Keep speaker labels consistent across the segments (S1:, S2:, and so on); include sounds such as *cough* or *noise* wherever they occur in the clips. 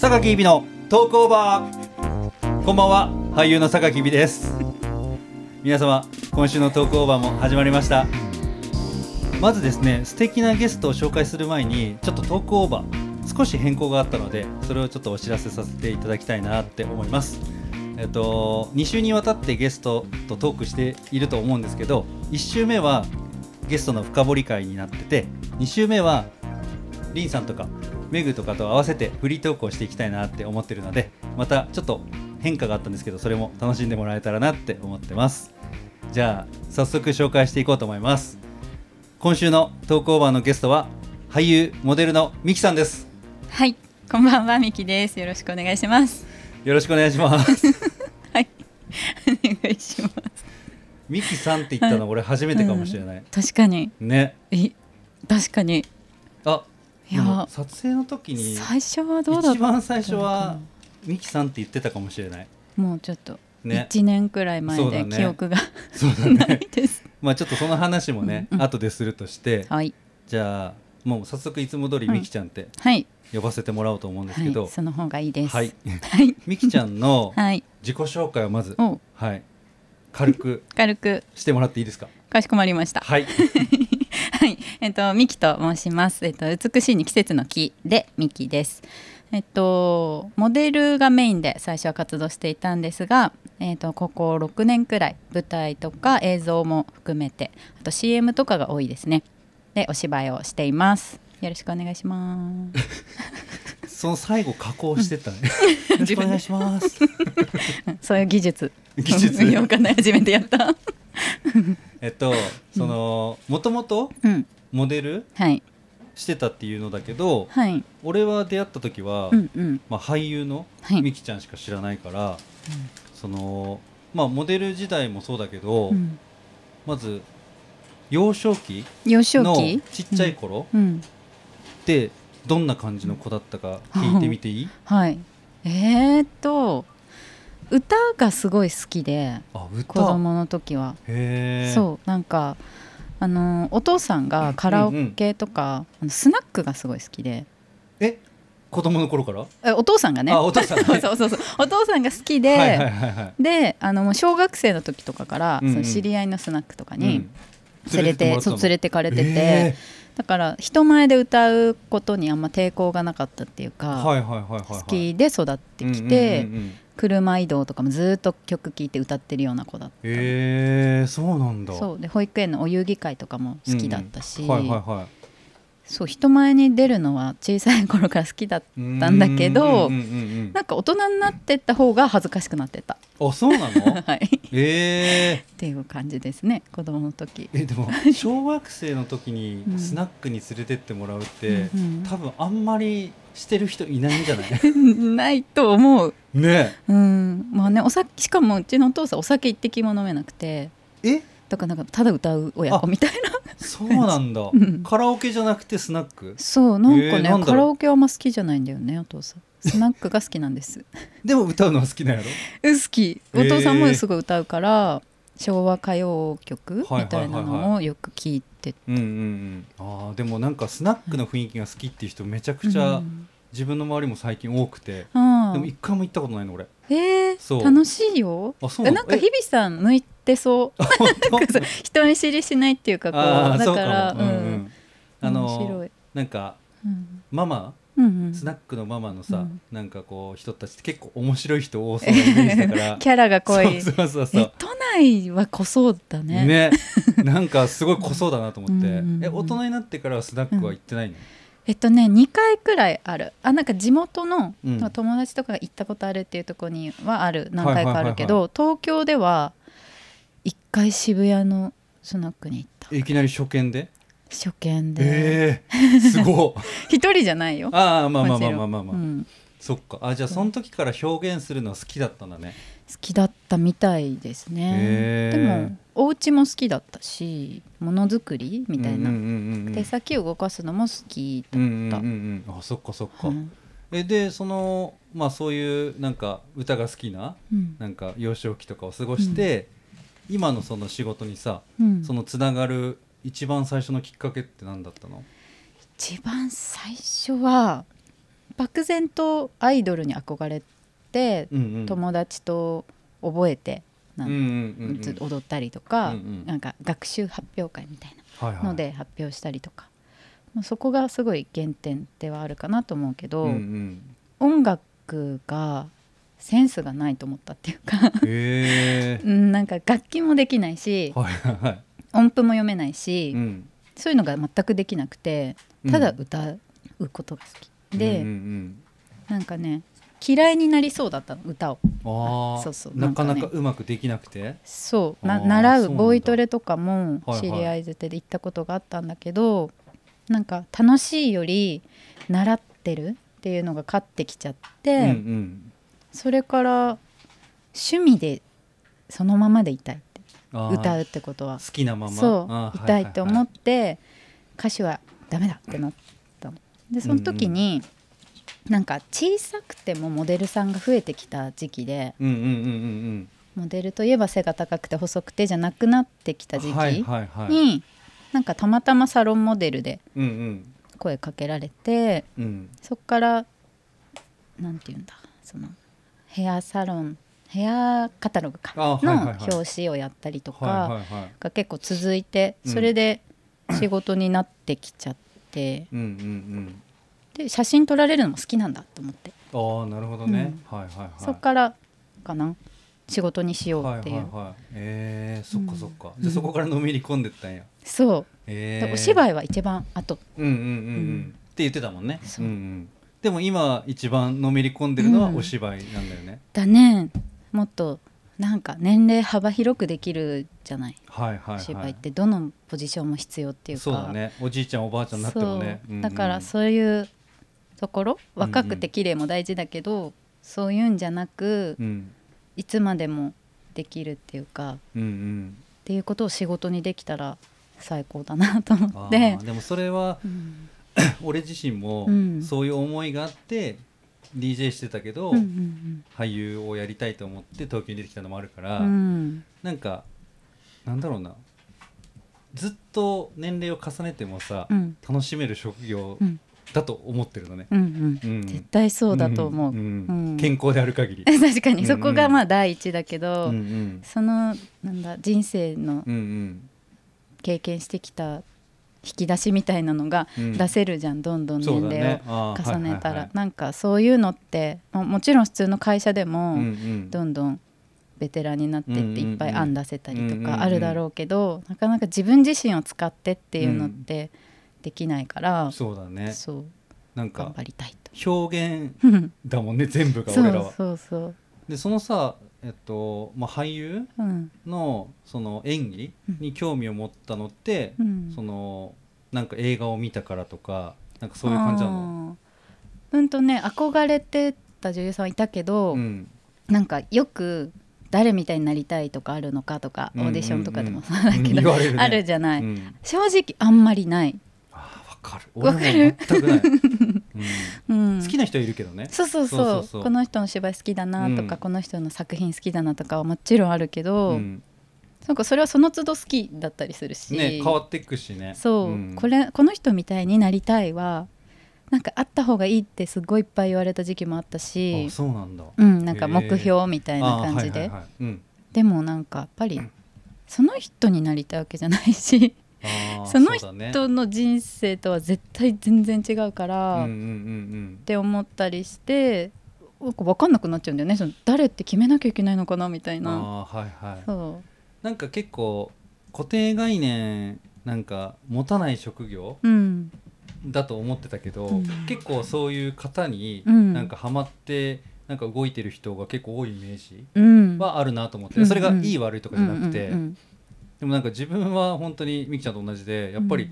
S1: 榊ひびのトークオーバーこんばんは俳優の榊ひびです皆様今週のトークオーバーも始まりましたまずですね素敵なゲストを紹介する前にちょっとトークオーバー少し変更があったのでそれをちょっとお知らせさせていただきたいなって思いますえっと2週にわたってゲストとトークしていると思うんですけど1週目はゲストの深掘り会になってて2週目はリンさんとかメグとかと合わせてフリートークをしていきたいなって思ってるのでまたちょっと変化があったんですけどそれも楽しんでもらえたらなって思ってますじゃあ早速紹介していこうと思います今週のトークオーバーのゲストは俳優モデルのミキさんです
S2: はい、こんばんは、みきです。よろしくお願いします。
S1: よろしくお願いします
S2: *laughs* はい、お願いします。
S1: ミキさんって言ったの俺初めてかもしれない、
S2: 確かに、
S1: ね
S2: え、確かに、
S1: あ
S2: いや
S1: でも撮影の時に
S2: 最初はどうだったの
S1: 一
S2: かな
S1: 番最初はミキさんって言ってたかもしれない
S2: もうちょっと
S1: ね
S2: 一年くらい前
S1: そうだ
S2: で
S1: ね
S2: 記憶が *laughs*
S1: そうだ
S2: な
S1: ね
S2: いです。
S1: *laughs* まあちょっとその話もね、
S2: うんうん
S1: 後でするとして
S2: はい、
S1: じゃあもう早速いつも通り
S2: うん
S1: みきちゃんって
S2: はい、
S1: 呼ばせてもらおうと思うんです
S2: は
S1: けど、
S2: い、その方がいいです。
S1: はい、
S2: はい、
S1: みきちゃんの
S2: *laughs* はい、
S1: 自己紹介をまず、
S2: お、
S1: はい、軽く
S2: 軽く
S1: してもらっていいですか。
S2: かしこまりました。
S1: はい、
S2: はい、えっと、ミキと申します。えっと、美しいに季節の木で、ミキです。えっと、モデルがメインで最初は活動していたんですが、えっと、ここ6年くらい舞台とか映像も含めてあと CM とかが多いですねでお芝居をしていますよろしくお願いします *laughs*
S1: その最後加工してたね。よろしくお願いします。
S2: うんそういう技術
S1: 技
S2: *laughs*
S1: 術
S2: よくない初めてやった
S1: えっと、その、もともと
S2: うん
S1: モデル
S2: はい
S1: してたっていうのだけど、
S2: はい
S1: 俺は出会った時は、
S2: うんうん
S1: まあ俳優の
S2: はい
S1: みきちゃんしか知らないから。その、まあモデル時代もそうだけど、
S2: うん
S1: まず幼少期
S2: 幼少
S1: の
S2: 期
S1: ちっちゃい頃。
S2: うん
S1: ってどんな感じの子だったか聞いてみていい
S2: はい、えー、っと歌がすごい好きで
S1: あ
S2: 子
S1: 歌
S2: 供の時は、
S1: へえ
S2: そうなんかあのお父さんがカラオケとか、あのスナックがすごい好きで
S1: え子供の頃から、
S2: えお父さんがね
S1: あお父さん
S2: *laughs* そうそうそうそうお父さんが好きで、
S1: はいはいはいはい
S2: であのもう小学生の時とかから、
S1: うんうん
S2: その知り合いのスナックとか
S1: う
S2: に
S1: ん
S2: 連れて,、
S1: もらった
S2: そ
S1: の
S2: う連れてかれてて、
S1: へ
S2: だから人前で歌うことにあんま抵抗がなかったっていうか、
S1: ーはいはいはいはいはい
S2: 好きで育ってき
S1: う
S2: て。
S1: んうんうんうん
S2: 車移動とかもずっと曲聴いて歌ってるような子だった、
S1: へえそうなんだ
S2: そうで保育園のお遊戯会とかも好きだった
S1: う
S2: し、
S1: んうんはいはいはい
S2: そう人前に出るのは小さい頃から好きだったんだけど
S1: うんうんうん
S2: なんか大人になってった方が恥ずかしくなってた、 *laughs*
S1: うんあそうなの
S2: はい、っ
S1: えー
S2: ていう感じですね子供の時
S1: えでも小学生の時に
S2: うん
S1: スナックに連れてってもらうって、
S2: うん
S1: 多分あんまりしてる人いないんじゃ
S2: *laughs*
S1: ない
S2: ないと思う
S1: ね
S2: うんまあねお酒しかもうちのお父さんお酒一滴も飲めなくて
S1: ええ
S2: だからなんかただ歌う親子みたいな
S1: そうなんだ、
S2: *laughs* うん
S1: カラオケじゃなくてスナック
S2: そうなんか
S1: えー
S2: ね、
S1: なんだろう
S2: カラオケはあんま好きじゃないんだよねお父さんスナックが好きなんです
S1: でも歌うのは好きなんやろ
S2: うん好き
S1: へ
S2: お
S1: ー
S2: 父さんもすごい歌うから、昭和歌謡曲みたいな
S1: はいはいはい
S2: のをよく聞いて
S1: うんうんうんあーでもなんかスナックの雰囲気が好きっていう人めちゃく
S2: うん
S1: ちゃ自分の周りも最近多くて、
S2: あ
S1: でも一回も行ったことないの俺
S2: あえ
S1: そう
S2: ー、楽しいよ
S1: あそう
S2: な
S1: なの
S2: んか日々さん向いて
S1: *laughs*
S2: そう
S1: え本当
S2: なんかそう人見知りしないっていうかこ
S1: *laughs*
S2: う
S1: あー
S2: だ
S1: そう
S2: から
S1: かも、うんうんあ
S2: 面白
S1: の
S2: い、
S1: なんか
S2: うん
S1: ママ
S2: うんうん、
S1: スナックのママのさ、
S2: うん
S1: なんかこう人たちって結構面白い人多そうなイメージだから
S2: *laughs* キャラが濃い
S1: そうそうそうそう
S2: え都内は濃そうだね
S1: ねなんかすごい濃そうだなと思って、
S2: うんうんうん
S1: え大人になってからはスナックは行ってないの、
S2: えっとね2回くらいあるあなんか地元の、
S1: うん
S2: 友達とかが行ったことあるっていうところにはある何回かあるけ
S1: は
S2: ど東京では1回渋谷のスナックに行った
S1: いきなり初見で
S2: 初見
S1: え
S2: で
S1: ー、す
S2: *laughs*
S1: ごい
S2: 一、人じゃないよ
S1: ああまあまあ
S2: もち
S1: まあ
S2: ろん
S1: まあまあ、まあ
S2: うん好
S1: そっかあじゃあその時から表現するのは好きだったんだね
S2: きだったみたいですね
S1: へ
S2: で
S1: ー
S2: もお家も好きだったしものづくりみたいな、
S1: うんうんうんうん
S2: 手先を動かすのも好き
S1: う
S2: だ
S1: ん
S2: っ
S1: うん
S2: た、
S1: うんうんあそっかそっか、
S2: うん
S1: えでそのまあそういうなんか歌が好きな
S2: うん
S1: なんか幼少期とかを過ごして、今のその仕事にさ
S2: うん
S1: そのつながる一番最初のきっかけって何だったの
S2: 一番最初は漠然とアイドルに憧れて、
S1: うんうん
S2: 友達と覚えてなん
S1: うんうんうんうん
S2: ずっと踊ったりと
S1: う
S2: か、
S1: んうん
S2: なんか学習発表会みたい
S1: はいは
S2: ないので発表したりとか、まあそこがすごい原点ではあるかなと思うけど、
S1: うんうん
S2: 音楽がセンスがないと思ったっていう
S1: *laughs*
S2: か
S1: へ
S2: *laughs* うんなんか楽器もできないし
S1: えはいはいはい
S2: 音符も読めないし、
S1: うん
S2: そういうのが全くできなくてただ歌うことが好き、で、
S1: うんうん
S2: なんかね嫌いになりそうだったの歌を
S1: うんああ
S2: そうそう
S1: なかなか
S2: なんか
S1: うまくできなくて
S2: そう
S1: あ
S2: な
S1: ー
S2: 習
S1: そう
S2: う
S1: なんだ
S2: ボイトレとかも
S1: はいはい
S2: 知り合いづてで行ったことがあったんだけど、なんか楽しいより習ってるっていうのが勝ってきちゃって、
S1: うんうん
S2: それから趣味でそのままでいたいって
S1: あー
S2: 歌うってことは
S1: 好きなまま
S2: そう痛いって思ってて、歌手はダメだってなったのでその時に、なんか小さくてもモデルさんが増えてきた時期で
S1: うんうんうんうん
S2: モデルといえば背が高くて細くてじゃなくなってきた
S1: うん
S2: 時期に、
S1: はいはいはい
S2: なんかたまたまサロンモデルで
S1: うんうん
S2: 声かけられて
S1: うん
S2: そっからなんて言うんだそのヘアサロンヘアカタログか
S1: あはいはい
S2: の
S1: はい
S2: 表紙をやったりとか。
S1: はいはいはい
S2: が結構続いて
S1: うん
S2: それで仕事になってきちゃって、
S1: うんうん
S2: で写真撮られるのも好きなんだと思って、
S1: うんああなるほどねはいはいはい
S2: そっからかな仕事にしようっていう、
S1: はいはいはい、えー、そっかそっか、
S2: うん
S1: じゃあそこからのめり込んでったんや、
S2: そう、
S1: え
S2: で
S1: ー、
S2: お芝
S1: 居
S2: 居は一番後
S1: うんうんうんうん、
S2: うん
S1: って言ってたもんね
S2: そう
S1: うんうん、でも今一番のめり込んでるのは
S2: うん
S1: お芝居なんだよね、
S2: だねもっとなんか年齢幅広くできるじゃない、
S1: はいはいはい
S2: お芝居ってどのポジションも必要っていうか
S1: そうだねおじいちゃんおばあちゃんになってもね
S2: そう
S1: うんうん
S2: だからそういうところ
S1: うんうん
S2: 若くて綺麗も大事だけど、そういうんじゃなく、
S1: うん
S2: いつまでもできるっていうか
S1: うんうん
S2: っていうことを仕事にできたら最高だなと思
S1: あ
S2: っ
S1: ー
S2: て、
S1: でもそれ
S2: *laughs*
S1: は
S2: うん
S1: 俺自身も
S2: うん
S1: そういう思いがあって DJ してたけど、
S2: うんうん
S1: 俳優をやりたいと思って東京に出てきたのもあるから、
S2: うん
S1: なんかなんだろうなずっと年齢を重ねてもさ、
S2: うん
S1: 楽しめる職業
S2: うん
S1: だと思ってるのね、
S2: うんうん
S1: うん
S2: 絶対そうだと思う、
S1: んん
S2: うん
S1: 健康である限り
S2: *laughs* 確か
S1: うんうん
S2: にそこがまあ第一だけど、
S1: うんうん
S2: そのなんだ人生の
S1: うんうん
S2: 経験してきた引き出しみたいなのが
S1: うん
S2: 出せるじゃん、どんどん
S1: そ
S2: 年
S1: うだ
S2: 齢を
S1: ねあー
S2: 重
S1: は
S2: ねたら、
S1: いはいはい
S2: なんかそういうのってももちろん普通の会社でも、
S1: うんうん
S2: どんどんベテランになってっ
S1: うんうん
S2: て
S1: うん
S2: いっぱい案出せたりと
S1: うんうんうん
S2: かあるだろうけど、なかなか自分自身を使ってっていうのってできないから、
S1: そうだね
S2: そう
S1: なん
S2: 頑
S1: か
S2: 張りたいと。
S1: 表現だもんね全部が
S2: そ
S1: 俺ら
S2: う
S1: は
S2: *laughs* そうそう、
S1: でそのさえっと、まあ、俳優
S2: うん
S1: のその演技
S2: うん
S1: に興味を持ったのって、
S2: うん、
S1: そのなんか映画を見たからとかなんかそういう感じなの
S2: あーうんとね憧れてた女優さんはいたけど、
S1: うん
S2: なんかよく誰みたいになりたいとかあるのかとか、オーディションとかでも
S1: うん
S2: そうだけど、
S1: 言われるね
S2: あるじゃない、
S1: うん
S2: 正直あんまりない、
S1: あーわかる
S2: わ
S1: 俺
S2: か
S1: も全
S2: る
S1: くない、
S2: *laughs* うん
S1: うん、好きな人はいるけどね
S2: そうそうそう
S1: そうそうそう
S2: この人の芝居好きだなとか、
S1: うん
S2: この人の作品好きだなとかはもちろんあるけど、
S1: うん
S2: なんかそれはその都度好きだったりするし、
S1: ね変わってくしね
S2: そう、
S1: ん
S2: これこの人みたいになりたいはなんかあった方がいいってすごいいっぱい言われた時期もあったし
S1: あそうなんだ
S2: うん、なんか目
S1: へー
S2: 標みたいな感じで、
S1: あーはいはいはいうん
S2: でもなんかやっぱりその人になりたいわけじゃないし
S1: あー
S2: その
S1: うだ *laughs* ね
S2: 人の人生とは絶対全然違うか
S1: うん
S2: ら、
S1: うんう
S2: っ
S1: ん
S2: て思ったりしてなんか分かんなくなっちゃうんだよねその誰って決めなきゃいけないのかなみたい
S1: うん
S2: な。
S1: あーはいはい
S2: そ
S1: なんか結構固定概念なんか持たない職業
S2: う、うん、
S1: だと思ってたけど、
S2: うん
S1: 結構そういう方に
S2: うん
S1: なんかハマってなんか動いてる人が結構多いイメージ
S2: うん、
S1: はあるなと思って、
S2: うんうん
S1: それがいい悪いとかじゃなくて、
S2: うんうん
S1: でもなんか自分は本当にみきちゃんと同じでやっぱり、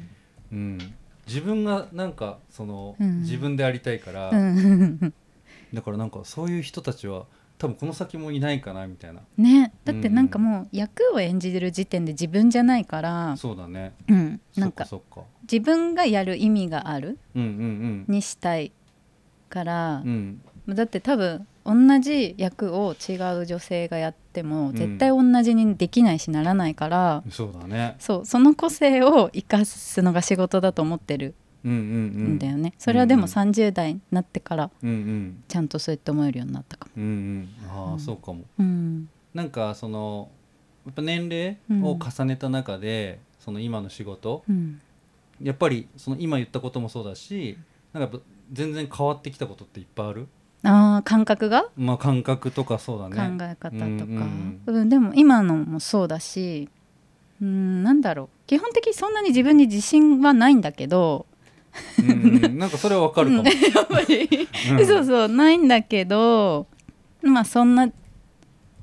S1: うん自分がなんかその、
S2: うん
S1: 自分でありたいから、
S2: うんうん
S1: だからなんかそういう人たちは多分この先もいないかなみたいな
S2: うん、ねだってなんかもう役を演じてる時点で自分じゃないから、
S1: そうだね
S2: うん、なんか
S1: そっかそっか
S2: 自分がやる意味がある
S1: うんうん
S2: にしたいから
S1: うんう、ん
S2: だって多分同じ役を違う女性がやっても絶対同じにできないしならないから、
S1: そうだね
S2: そうその個性を生かすのが仕事だと思ってる
S1: うんうんうんん
S2: だよね、それはでも30代になってから
S1: うんうん
S2: ちゃんとそうやって思えるようになったかも。
S1: うんうんあ
S2: う
S1: あ
S2: ん
S1: そうかも
S2: うん
S1: なんかそのやっぱ年齢を重ねた中で、その今の仕事
S2: うん
S1: やっぱりその今言ったこともそうだしなんかやっぱ全然変わってきたことっていっぱいある、
S2: あー感覚が
S1: まあ、感覚とかそうだ
S2: 考
S1: ね
S2: え方とか、う
S1: うんん
S2: でも今のもそうだしうんなんだろう基本的にそんなに自分に自信はないんだけど
S1: うんうんなんかそれはわかるかも、
S2: やっぱり、
S1: うん
S2: そうそうないんだけどまあそんな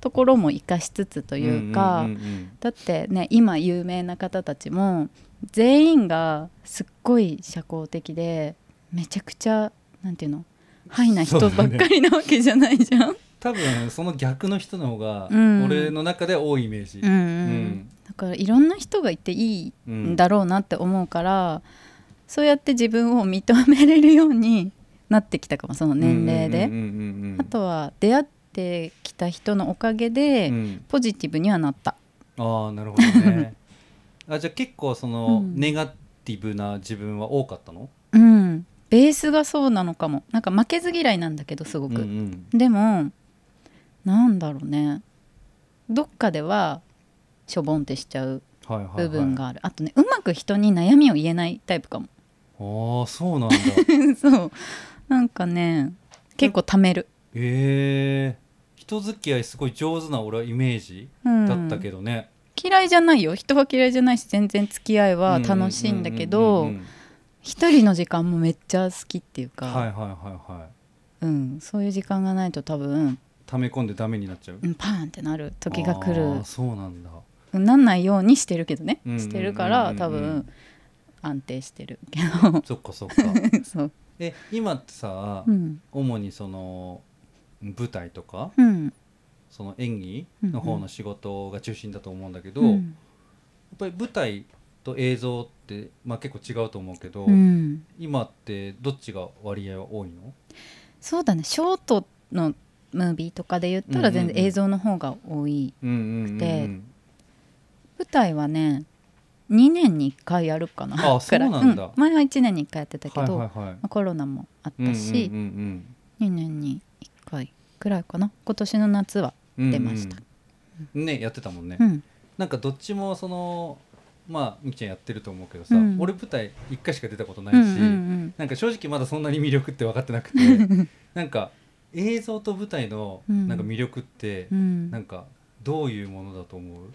S2: ところも生かしつつというか、
S1: んんん
S2: だってね今有名な方たちも全員がすっごい社交的でめちゃくちゃなんていうのハイな人ばっかりなわけじゃない
S1: *laughs*
S2: じゃん。
S1: 多分その逆の人の方が
S2: うん
S1: 俺の中では多いイメージ、
S2: うんうん
S1: うん
S2: だからいろんな人がいていい
S1: うん
S2: んだろうなって思うから、そうやって自分を認めれるようになってきたかもその年齢で、
S1: うんうんうんうん
S2: あとは出会ってきた人のおかげで、
S1: うん
S2: ポジティブにはなった
S1: ああなるほど
S2: *laughs*
S1: ねあじゃあ結構その、
S2: うん
S1: ネガティブな自分は多かったの
S2: うんベースがそうなのかもなんか負けず嫌いなんだけどすご
S1: うん
S2: く、
S1: うん
S2: でもなんだろうねどっかではしょぼんってしちゃう
S1: はいはいはい、
S2: 部分がある、あとねうまく人に悩みを言えないタイプ *laughs* かも
S1: ああそう
S2: *laughs*
S1: なんだ
S2: そうなんかね結構ためる、
S1: ええ人付き合いすごい上手な俺はイメージ
S2: うん
S1: だったけどね、
S2: 嫌いじゃないよ人は嫌いじゃないし全然付き合いは楽しいんだけ
S1: うんう
S2: ど
S1: んうんうん
S2: 一人の時間もめっちゃ好きっていうか、
S1: はいはいはいはい
S2: うん、そういう時間がないと多分、
S1: 溜め込んでダメになっちゃう
S2: うん、パーンってなる時が来
S1: あ
S2: る
S1: ーそうなんだ
S2: なんないようにしてるけどね、
S1: うんうんうんうん
S2: してるから多分安定してるけど *laughs*
S1: そっかそっか
S2: そう、
S1: え今ってさ、
S2: うん
S1: 主にその舞台とか
S2: うん、
S1: その演技の方の仕事が中心だと思うんだけど、
S2: う
S1: やっ
S2: ん
S1: ぱり舞台と映像って、まあ、結構違うと思うけど、
S2: うん
S1: 今ってどっちが割合は多いの
S2: そうだねショートのムービーとかで言ったら全
S1: うんうんう
S2: 然
S1: ん
S2: 映像の方が多い、
S1: うんうんうんうん
S2: で舞台はね2年に1回やるかな
S1: あそうなんだ
S2: くらい前は1年に1回やってたけど、
S1: はいはいはい
S2: まあコロナもあっ
S1: うんうん
S2: たし、
S1: うん
S2: 2年に1回くらいかな今年の夏は
S1: うん
S2: 出ました
S1: うんうんねやってたもんね、
S2: うん
S1: なんかどっちもそのまあみきちゃんやってると思うけどさ、
S2: うん
S1: 俺舞台1回しか出たことな
S2: う
S1: い
S2: ん
S1: し、
S2: うん
S1: なんか正直まだそんなに魅力って分かってなくて
S2: *laughs*
S1: なんか映像と舞台の
S2: うん
S1: なんか魅力って
S2: うんうん
S1: なんかどういうものだと思う、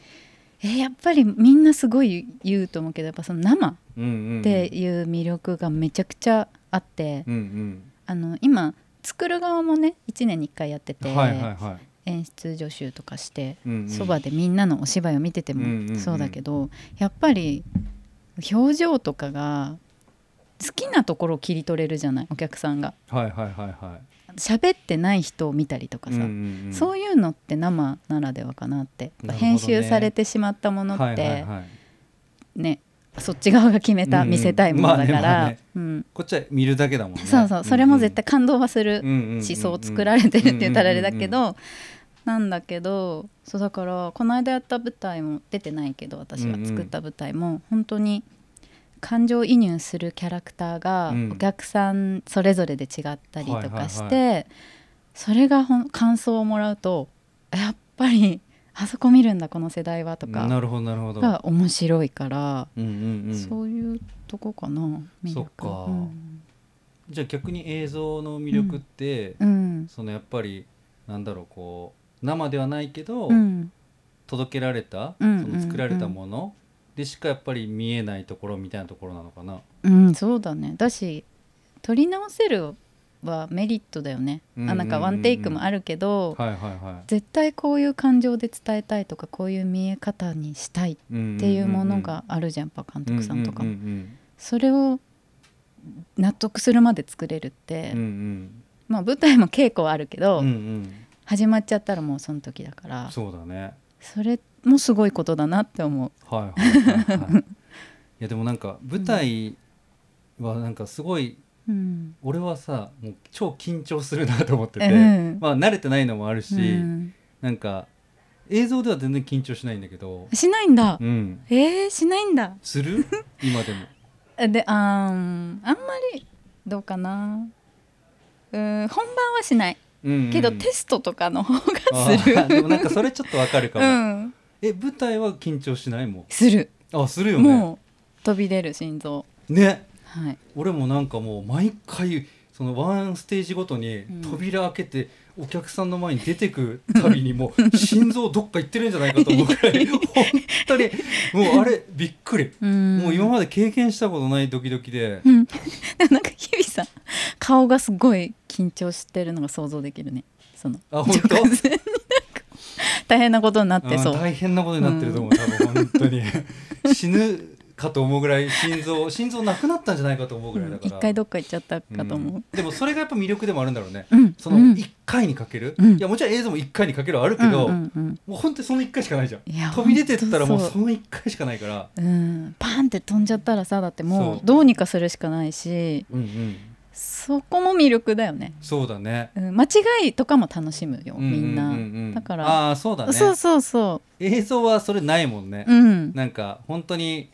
S2: えーやっぱりみんなすごい言うと思うけどやっぱその生っ
S1: うんうんうん、
S2: ていう魅力がめちゃくちゃあって、
S1: うん
S2: あの今作る側もね1年に1回やって
S1: う
S2: て、
S1: ん、はいはいはい
S2: 演出助手とかして
S1: うんうん、
S2: そば、でみんなのお芝居を見てて
S1: うんうんう
S2: も
S1: ん
S2: そうだけど、やっぱり表情とかが好きなところを切り取れるじゃないお客さんが
S1: はいはいはいは
S2: 喋ってない人を見たりとか
S1: い、
S2: さ、
S1: ん
S2: そういうのって生ならではかなって
S1: なるほどね
S2: 編集されてしまったものって、
S1: はいはいはい、
S2: ねそっち側が決めた、
S1: うんうん
S2: 見せたいものだか
S1: まあ
S2: ら、
S1: ねまあね
S2: うん、
S1: こっちは見るだけだもんね
S2: そうそうそれも絶対感動はする
S1: 思
S2: 思想を作られてるって言ったらあれだけど、なんだけどそうだからこの間やった舞台も出てないけど私
S1: う
S2: が
S1: んうん
S2: 作った舞台も本当に感情移入するキャラクターが
S1: うん
S2: お客さんそれぞれで違ったりとかして、
S1: は
S2: それがほん感想をもらうとやっぱりあそこ見るんだこの世代はと
S1: な
S2: か
S1: るほどなるほど、
S2: が面白いから、
S1: うんうんうん、
S2: そういうとこかな魅力
S1: そっか
S2: うん
S1: じゃあ逆に映像の魅力って、
S2: うん
S1: そのやっぱりなんだろうこう生ではないけど、
S2: うん
S1: 届けられた、
S2: うん
S1: その作られたものでしかやっぱり見えないところみたいなところなのかな。
S2: うん、そうだねだし撮り直せるはメリットだよね、
S1: うんうんうん
S2: あなんかワンテイクもあるけど、
S1: はいはいはい。
S2: 絶対こういう感情で伝えたいとかこういう見え方にしたいっ
S1: って
S2: いうものがあるじゃん、やっぱ監督さんとかも、
S1: うんうん
S2: それを納得するまで作れるって、
S1: うんうん
S2: まあ舞台も稽古はあるけど、
S1: うんうん
S2: 始まっちゃったらもうその時だから
S1: そ
S2: そ
S1: うだね。
S2: れもすごいことだなって思う。
S1: はいはい
S2: *laughs*
S1: はいはい。いやでもなんか舞台はなんかすごい
S2: うん
S1: 俺はさもう超緊張するなと思ってて、
S2: うん
S1: まあ慣れてないのもあるし、
S2: うん
S1: なんか映像では全然緊張しないんだけど、
S2: しないんだ、
S1: うん、
S2: えー、しないんだ
S1: する今でも。
S2: であーんあんまりどうかなうーん本番はしない
S1: うんうん
S2: けど、テストとかの方
S1: あ
S2: が
S1: ー
S2: する
S1: でもなんかそれちょっとわかるかも、
S2: *laughs* うん
S1: え舞台は緊張しないも
S2: する
S1: うあするよね
S2: もう飛び出る心臓
S1: ね
S2: はい
S1: 俺もなんかもう毎回そのワンステージごとに
S2: ん
S1: 扉開けてお客さんの前に出てくたびに
S2: *laughs*
S1: もう心臓どっか行ってるんじゃないかと思うくらい本当にもうあれびっくり
S2: うん
S1: もう今まで経験したことないドキドキで
S2: うん、でもなんか日々さん顔がすごい緊張してるのが想像できるねその
S1: あ本当
S2: 直前になんか大変なことになって
S1: あ
S2: そ
S1: ー
S2: う
S1: 大変なことになってると思う、多分本当に *laughs* 死ぬかと思うぐらい心臓心臓なくなったんじゃないかと思うぐらいだから、
S2: 一回どっか行っちゃったかと思う、
S1: でもそれがやっぱ魅力でもあるんだろうね、
S2: うん
S1: その
S2: うん
S1: 1回にかける、
S2: うん
S1: いやもちろん映像も1回にかけるはあるけ
S2: うん
S1: ど、
S2: うんうん
S1: もう本当にその1回しかないじゃん
S2: いや
S1: 飛び出てったらもう
S2: 本当
S1: その1回しかないから
S2: うん、パンって飛んじゃったらさだっても
S1: そう
S2: うどうにかするしかないし
S1: うんうん
S2: そこも魅力だよね、
S1: そうだね
S2: うん、間違いとかも楽しむよ
S1: うう
S2: みんな、
S1: うう
S2: だから
S1: ああそうだね
S2: そうそうそ
S1: 映像はそれないもんね
S2: う、うん
S1: なんか本当に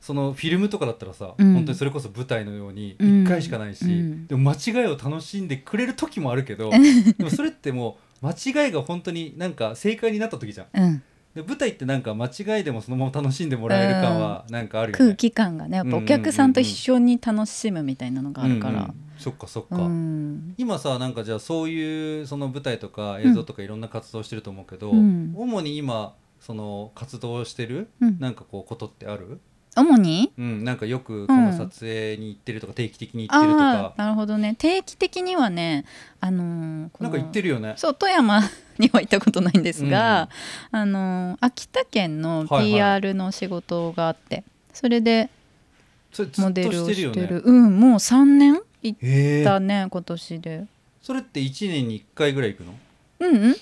S1: そのフィルムとかだったらさ、
S2: うん
S1: 本当にそれこそ舞台のように
S2: うん
S1: 1回しかないし、
S2: うん
S1: でも間違いを楽しんでくれる時もあるけ
S2: *laughs*
S1: どでもそれってもう間違いが本当になんか正解になった時じゃん
S2: うん、
S1: で舞台ってなんか間違いでもそのまま楽しんでもらえる感はなんかあるよね、
S2: 空気感がねやっぱお客さんと一緒に楽しむみたいなのがあるか
S1: うんう
S2: ら
S1: ん、そっかそっか、
S2: うん
S1: 今さなんかじゃあそういうその舞台とか映像とかいろんな活動してると思うけど、
S2: うん
S1: 主に今その活動してる
S2: うん
S1: なんかこうことってある、
S2: 主に
S1: うん、なんかよくこの撮影に行ってるとか、定期的に行ってると
S2: あ
S1: か
S2: あーなるほどね定期的にはねあのーこ
S1: な
S2: の
S1: んか行ってるよね。
S2: そう富山には行ったことないんですが、あのー秋田県の
S1: はいはい
S2: PR の仕事があって、それで
S1: それず
S2: モ
S1: っと
S2: デルを
S1: して
S2: して
S1: る
S2: る
S1: よね。
S2: うんもう3年行っ
S1: へえ
S2: たね、今年で
S1: それって1年に1回ぐらい行くの
S2: うんうん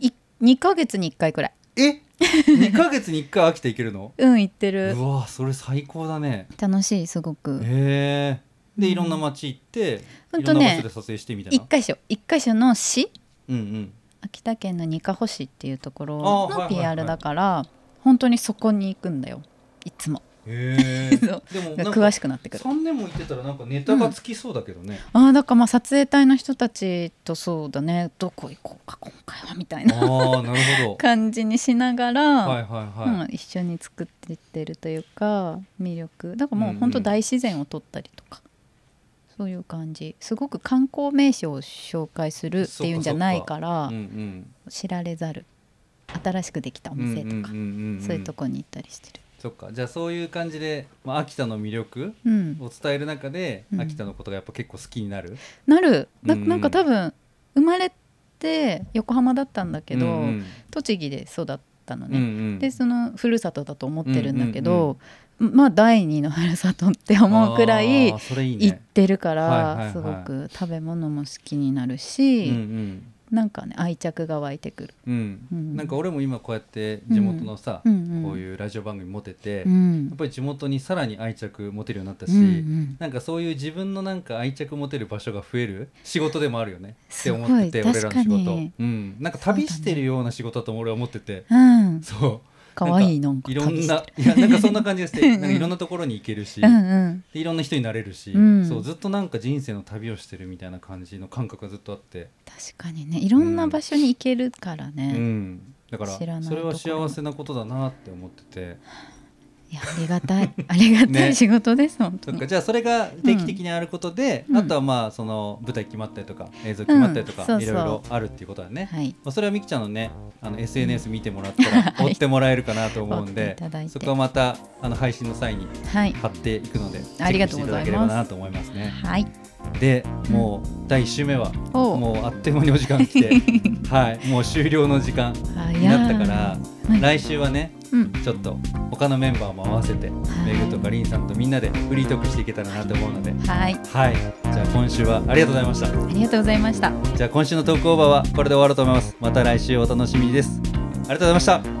S2: い2ヶ月に1回くらい
S1: え2ヶ月に1回秋田行ける
S2: *laughs*
S1: の
S2: うん行ってる
S1: うわそれ最高だね。
S2: 楽しいすごく
S1: へえで
S2: うん
S1: いろんな街行って、
S2: ほ
S1: い
S2: ん
S1: ろ
S2: と
S1: んな
S2: ね
S1: 場所で撮影してみたい
S2: 一
S1: な。
S2: 箇所一箇所の市
S1: うんうん、
S2: 秋田県の二ヶ星っていうところ
S1: あーはい
S2: の
S1: はいはい
S2: PR だから本当にそこに行くんだよいつも
S1: へえ
S2: そう
S1: でもなんか
S2: 詳しくなってくる
S1: 3年も行ってたらなんかネタがつきそうだけどね。
S2: ああだからまあ撮影隊の人たちとそうだねどこ行こうか今回はみたいな
S1: ああなる
S2: *laughs*
S1: ほど。
S2: 感じにしながら、
S1: はいはい
S2: ま
S1: は
S2: あ、一緒に作ってってるというか魅力だからもう本
S1: うんう
S2: 当
S1: ん
S2: 大自然を撮ったりとか、そういう感じすごく観光名所を紹介するっていうんじゃないから
S1: い。うんうん。
S2: 知られざる新しくできたお店とか、そういうと
S1: こ。
S2: こに行ったりしてる。
S1: そっかじゃあそういう感じで、まあ、秋田の魅力
S2: うん、
S1: を伝える中で、
S2: うん
S1: 秋田のことがやっぱ結構好きになる
S2: なるな
S1: うんうん
S2: なんか多分生まれて横浜だったんだけど、
S1: うんうん
S2: 栃木で育ったの
S1: うんう
S2: ね、
S1: ん
S2: でそのふるさとだと思ってるんだけど、まあ第二のふるさとって
S1: あ
S2: 思
S1: ー
S2: うくらい
S1: それいい
S2: 行っ
S1: ね
S2: てるか
S1: はいはいは
S2: ら
S1: い
S2: すごく食べ物も好きになる
S1: うん
S2: し、
S1: うん
S2: なんかね愛着が湧いてくる。
S1: うん
S2: うん
S1: なんか俺も今こうやって地元のさ、
S2: うんうん、
S1: こういうラジオ番組持てて、
S2: う
S1: や
S2: ん
S1: っぱり地元にさらに愛着持てるようになったし、
S2: うんうん
S1: なんかそういう自分のなんか愛着持てる場所が増える仕事でもあるよねって
S2: すごい
S1: 思ってて俺らの仕
S2: 確か
S1: 事
S2: に、
S1: うん、なんか旅してるような仕事だと俺は思ってて
S2: うん、
S1: そう
S2: かわいいなんか
S1: いろん
S2: 旅して
S1: ないやなんかそんな感じがして
S2: *laughs* うんう
S1: なんんかいろんなところに行けるし、
S2: うんうん
S1: でいろんな人になれるし、
S2: うん
S1: そうずっとなんか人生の旅をしてるみたいな感じの感覚がずっとあって、
S2: 確かにねいろんな場所に行けるからね、
S1: うん、だか
S2: 知ら
S1: ら
S2: ない
S1: それは
S2: ところ
S1: 幸せなことだなって思ってて
S2: いやありがたい *laughs* ありがた
S1: ね
S2: い仕事です、本当
S1: そっ
S2: に
S1: かじゃあそれが定期的にあることで、
S2: うん
S1: あとはまあその舞台決まったりとか映像決まったりとか、
S2: うんそうそう
S1: いろいろあるっていうことだね。
S2: はい
S1: まあ、それはみきちゃんのねあの SNS 見てもらったら
S2: はい
S1: 追ってもらえるかなと思うん
S2: 追って
S1: で
S2: いただいて
S1: そこはまたあの配信の際に
S2: はい
S1: 貼っていくのでチェ
S2: あり
S1: ッ
S2: が
S1: クし
S2: と
S1: て
S2: う
S1: いただけ
S2: ございます
S1: ればなと思います
S2: *laughs*
S1: ね。
S2: はい
S1: でもう第1週目は
S2: おう
S1: もうあっという間にお時間が来
S2: *laughs*
S1: てはいもう終了の時間になったから
S2: ーはい
S1: 来週はね
S2: うん
S1: ちょっと他のメンバーも合わせて
S2: い
S1: めぐとかりんさんとみんなでフリートークしていけたらなと思うので
S2: はい
S1: はいじゃあ今週はありがとうございました。
S2: ありがとうございました
S1: じゃあ今週のトークオーバーはこれで終わろうと思いますまた来週お楽しみにですありがとうございました